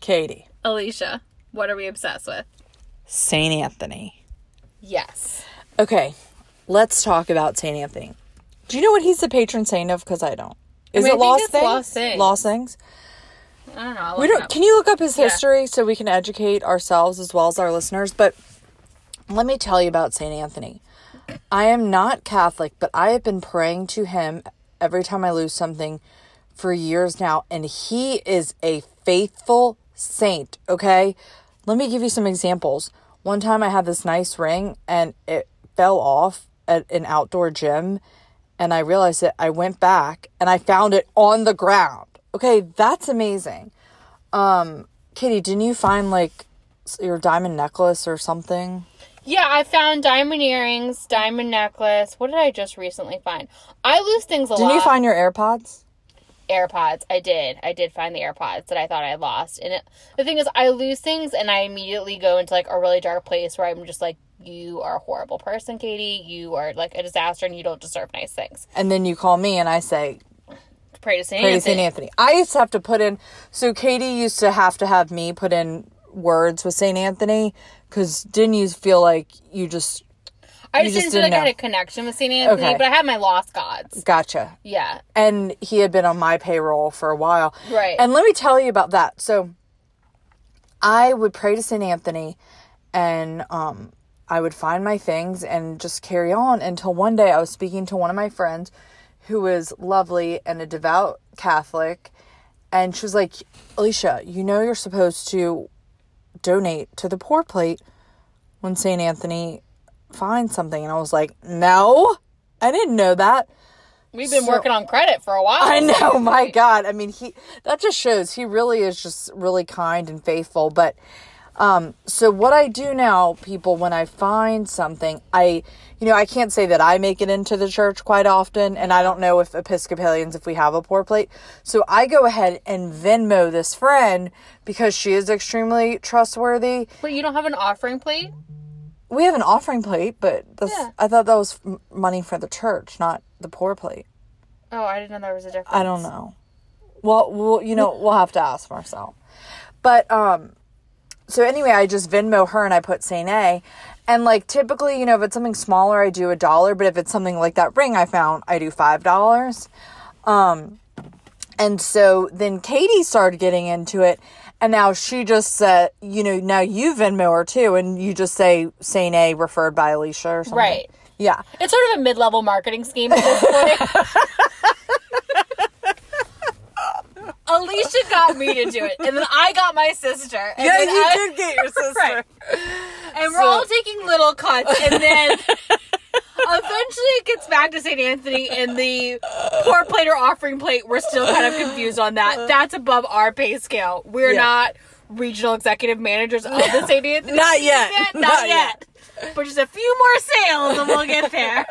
Katie. Alicia, what are we obsessed with? St. Anthony. Yes. Okay, let's talk about St. Anthony. Do you know what he's the patron saint of? Because I don't. Is mean, I it think lost it's things? lost things. Lost things. I don't know. I'll We look it don't. up. Can you look up his history so we can educate ourselves as well as our listeners? But let me tell you about Saint Anthony. I am not Catholic, but I have been praying to him every time I lose something for years now, and he is a faithful saint. Okay, let me give you some examples. One time I had this nice ring, and it fell off at an outdoor gym, and I realized it. I went back and I found it on the ground. Okay, that's amazing. Katie, didn't you find like s- your diamond necklace or something? Yeah, I found diamond earrings, diamond necklace. What did I just recently find? I lose things a lot. Didn't you find your AirPods? AirPods. I did. I did find the AirPods that I thought I lost. And it, the thing is, I lose things and I immediately go into like a really dark place where I'm just like, you are a horrible person, Katie. You are like a disaster and you don't deserve nice things. And then you call me and I say, Pray to St. Katie Anthony. St. Anthony. I used to have to put in, so Katie used to have to have me put in words with St. Anthony because didn't you feel like you just I You just, just didn't feel like didn't I had know. a connection with St. Anthony, Okay. but I had my lost gods. gotcha? Yeah. and he had been on my payroll for a while. Right. And let me tell you about that. So I would pray to St. Anthony and um I would find my things and just carry on until one day I was speaking to one of my friends who is lovely and a devout Catholic and she was like, "Alicia, you know you're supposed to donate to the poor plate when St. Anthony finds something." And I was like, "No. I didn't know that." We've been working on credit for a while. I know, my God. I mean, he that just shows he really is just really kind and faithful. But um, so what I do now, people, when I find something, I you know, I can't say that I make it into the church quite often, and I don't know if Episcopalians if we have a poor plate. So I go ahead and Venmo this friend because she is extremely trustworthy. But you don't have an offering plate? We have an offering plate, but that's, Yeah. I thought that was m- money for the church, not the poor plate. Oh, I didn't know there was a difference. I don't know. Well, we'll you know we'll have to ask Marcel. But um, so anyway, I just Venmo her and I put Saint A, and like typically, you know, if it's something smaller, I do a dollar. But if it's something like that ring I found, I do five dollars. Um, And so then Katie started getting into it. And now she just said, you know, now you Venmo her too. And you just say Saint A referred by Alicia or something. Right. Yeah. It's sort of a mid level marketing scheme at this point. Alicia got me to do it, and then I got my sister. And Yeah, then you I- did get your sister. Right. And we're all taking little cuts, and then eventually it gets back to St. Anthony, and the poor plate or offering plate, we're still kind of confused on that. That's above our pay scale. We're Yeah. not regional executive managers of the St. Anthony. Not yet. Not, Not yet. But just a few more sales, and we'll get there.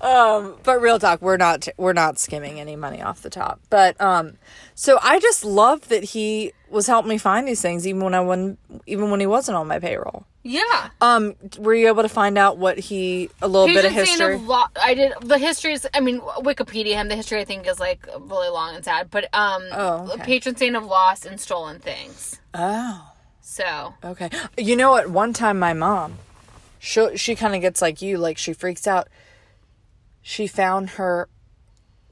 but real talk, we're not we're not skimming any money off the top. But um, so I just love that he was helping me find these things, even when I wasn't, even when he wasn't on my payroll. Yeah. Um, were you able to find out what he a little bit of Patron saint history? Of lo- I did the history is. I mean, Wikipedia and the history I think is like really long and sad. But um, Oh, okay. patron saint of lost and stolen things. oh, So okay. You know what? One time, my mom, she she kind of gets like you, like she freaks out. She found her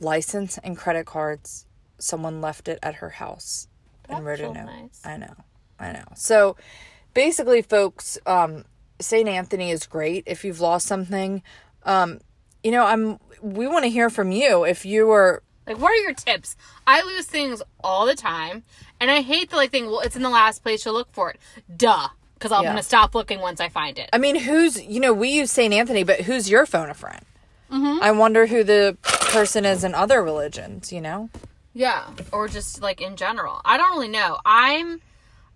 license and credit cards. Someone left it at her house and wrote That's a so note. nice. I know, I know. So basically, folks, um, St. Anthony is great if you've lost something. Um, you know, I'm. We want to hear from you if you were. Like, what are your tips? I lose things all the time, and I hate the like thing. Well, it's in the last place you look for it. Duh, because I'm Yeah. gonna stop looking once I find it. I mean, who's you know we use St. Anthony, but who's your phone a friend? Mm-hmm. I wonder who the person is in other religions. You know, Yeah, or just like in general. I don't really know. I'm,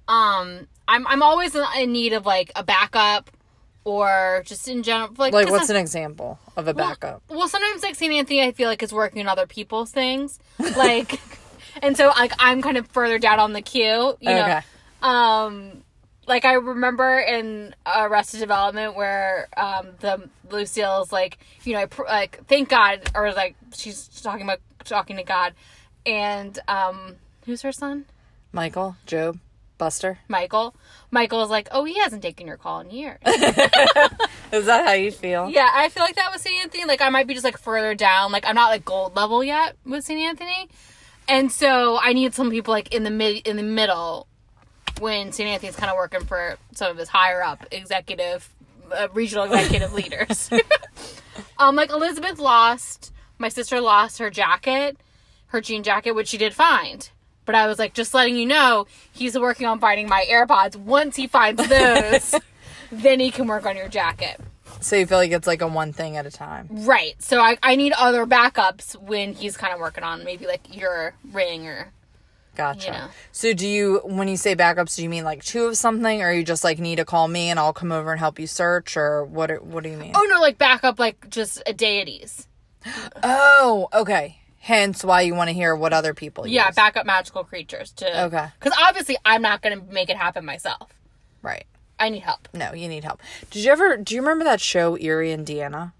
um, I'm I'm always in- in need of like a backup, or just in general. Like, like 'cause what's I- an example of a backup? Well, sometimes like St. Anthony, I feel like is working on other people's things, like, and so like I'm kind of further down on the queue, you Okay. know. Um, like I remember in Arrested Development where um the Lucille's like you know I pr- like thank God or like she's talking about talking to God, and um who's her son? Michael, Job, Buster? Michael. Michael's like, oh, he hasn't taken your call in years. Is that how you feel? yeah, I feel like that with St. Anthony. Like, I might be just like further down. Like, I'm not like gold level yet with St. Anthony. And so I need some people like in the mid in the middle when St. Anthony's kind of working for some of his higher up executive, uh, regional executive leaders. um, like Elizabeth lost, my sister lost her jacket, her jean jacket, which she did find. But I was like, just letting you know, he's working on finding my AirPods. Once he finds those, then he can work on your jacket. So you feel like it's like a one thing at a time. Right. So I, I need other backups when he's kind of working on maybe like your ring or Gotcha. Yeah. So do you when you say backups, do you mean like two of something or you just like need to call me and I'll come over and help you search or what are- what do you mean? oh no, like backup like just a deities. Oh, okay. Hence why you want to hear what other people Yeah, use. backup magical creatures to Okay. Because obviously I'm not gonna make it happen myself. Right. I need help. No, you need help. Did you ever do you remember that show Erie Indiana?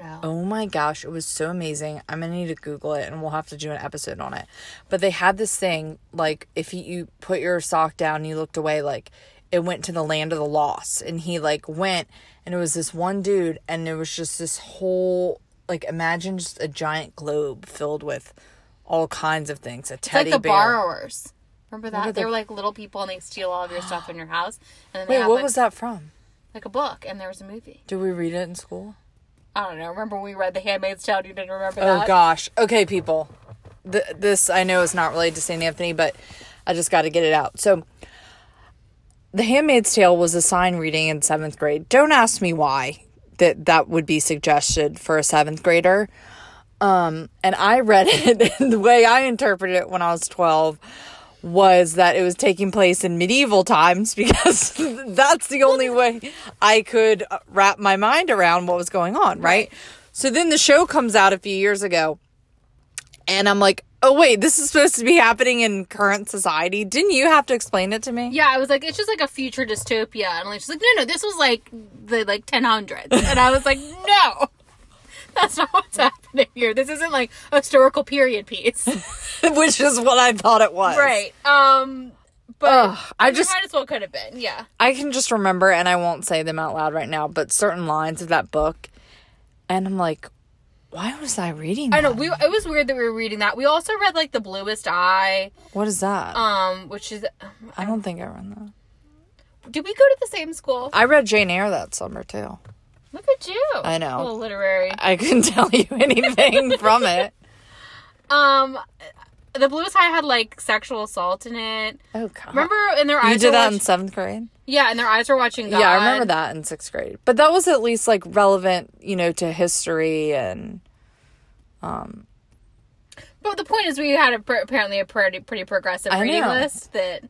No. Oh my gosh, it was so amazing. I'm gonna need to Google it and we'll have to do an episode on it. But they had this thing like if you, you put your sock down and you looked away, like it went to the land of the lost. And he like went and it was this one dude and it was just this whole like imagine just a giant globe filled with all kinds of things. A It's like teddy the bear. borrowers. Remember that? are They the- were like little people and they steal all of your stuff in your house. And then they Wait, have what like, was that from? like a book and there was a movie. Did we read it in school? I don't know. Remember when we read The Handmaid's Tale, you didn't remember Oh that? gosh. Okay, people. Th- this I know is not related to St. Anthony, but I just got to get it out. So, The Handmaid's Tale was a sign reading in seventh grade. Don't ask me why that that would be suggested for a seventh grader. Um, and I read it. and the way I interpreted it when I was twelve was that it was taking place in medieval times because that's the only way I could uh, wrap my mind around what was going on, right? So then the show comes out a few years ago, and I'm like, oh, wait, this is supposed to be happening in current society. Didn't you have to explain it to me? Yeah, I was like, it's just like a future dystopia. And like she's like, no, no, this was like the like ten hundreds. And I was like, no. That's not what's happening here. This isn't like a historical period piece. Which is what I thought it was. right. Um but Ugh, I it just might as well could have been, yeah. I can just remember, and I won't say them out loud right now, but certain lines of that book, and I'm like, why was I reading? That? I don't know. We it was weird that we were reading that. We also read like The Bluest Eye, What is that? um, which is I don't think I read that. did we go to the same school? I read Jane Eyre that summer too. Look at you. I know. Little literary. I couldn't tell you anything from it. Um The Bluest Eye had like sexual assault in it. Oh God! Remember in their eyes you did were that watch- in seventh grade. Yeah, and their eyes were watching God. Yeah, I remember that in sixth grade. But that was at least like relevant, you know, to history and But the point is, we had a, pr- apparently a pretty pretty progressive I reading know. list that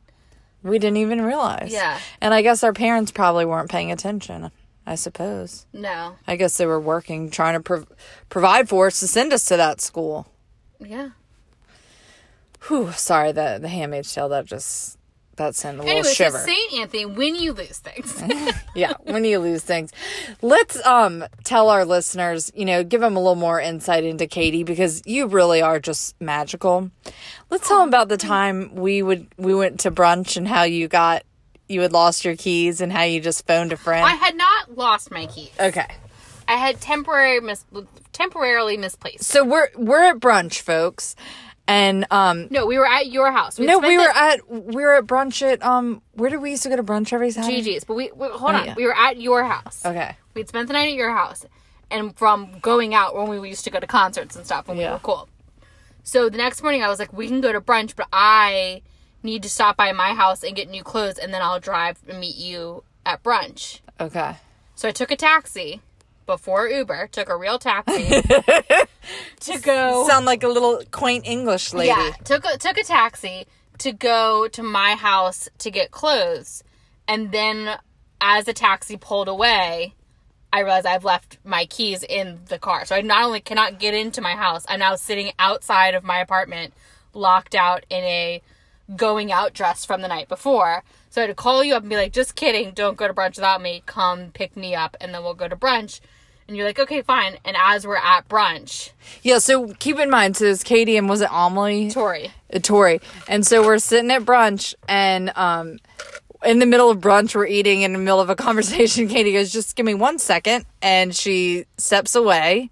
we didn't even realize. Yeah. And I guess our parents probably weren't paying attention. I suppose. no, I guess they were working, trying to prov provide for us to send us to that school. yeah. Whew, sorry, the the Handmaid's Tale that just that sent a little Anyway, so shiver. Saint Anthony, when you lose things, yeah, when you lose things. Let's um tell our listeners, you know, give them a little more insight into Katie because you really are just magical. Let's tell them about the time we would we went to brunch and how you got you had lost your keys and how you just phoned a friend. I had not lost my keys. okay. I had temporary mis- temporarily misplaced. So we're we're at brunch, folks. And um No, we were at your house. no, spent we the- were at we were at brunch at um where did we used to go to brunch every Saturday? Gigi's, but we, we hold on. Oh, yeah. Oh, We were at your house. Okay. We'd spent the night at your house, and from going out when we used to go to concerts and stuff when we Yeah. were cool. So the next morning, I was like, "We can go to brunch, but I need to stop by my house and get new clothes, and then I'll drive and meet you at brunch." Okay. So I took a taxi before Uber. Took a real taxi to go. Sound like a little quaint English lady. Yeah, took a, took a taxi to go to my house to get clothes, and then as the taxi pulled away, I realized I've left my keys in the car. So I not only cannot get into my house, I'm now sitting outside of my apartment, locked out in a going out dress from the night before. So I had to call you up and be like, "Just kidding, don't go to brunch without me. Come pick me up, and then we'll go to brunch." And you're like, okay, fine. And as we're at brunch, Yeah, so keep in mind, so it's Katie and was it Amelie? Tori, Uh, Tori. And so we're sitting at brunch and um in the middle of brunch we're eating in the middle of a conversation, Katie goes, just give me one second and she steps away.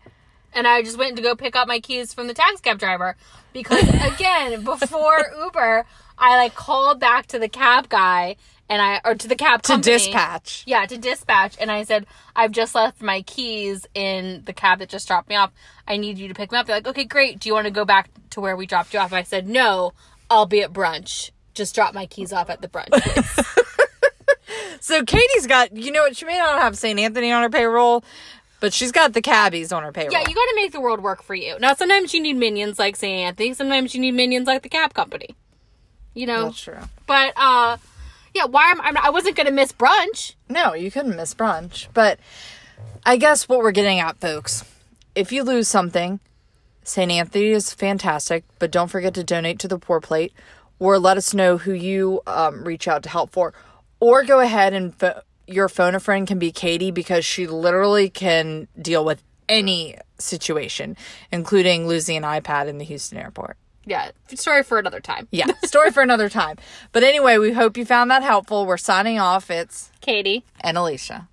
and I just went to go pick up my keys from the taxi cab driver because again, before Uber, I like called back to the cab guy and I or to the cab To company. dispatch. Yeah, to dispatch, and I said, "I've just left my keys in the cab that just dropped me off. I need you to pick them up." They're like, "Okay, great. Do you want to go back to where we dropped you off?" And I said, "No, I'll be at brunch. Just drop my keys off at the brunch." place." So Katie's got you know what, she may not have St. Anthony on her payroll, but she's got the cabbies on her payroll. yeah, you got to make the world work for you. Now, sometimes you need minions like St. Anthony. Sometimes you need minions like the cab company. You know, That's true. but uh, yeah. Why am I? I wasn't gonna miss brunch. No, you couldn't miss brunch. But I guess what we're getting at, folks, if you lose something, St. Anthony is fantastic, but don't forget to donate to the Poor Plate or let us know who you um, reach out to help for. Or go ahead and pho- your phone a friend can be Katie because she literally can deal with any situation, including losing an iPad in the Houston airport. Yeah, story for another time. Yeah, story for another time. But anyway, we hope you found that helpful. We're signing off. It's Katie. and Alicia.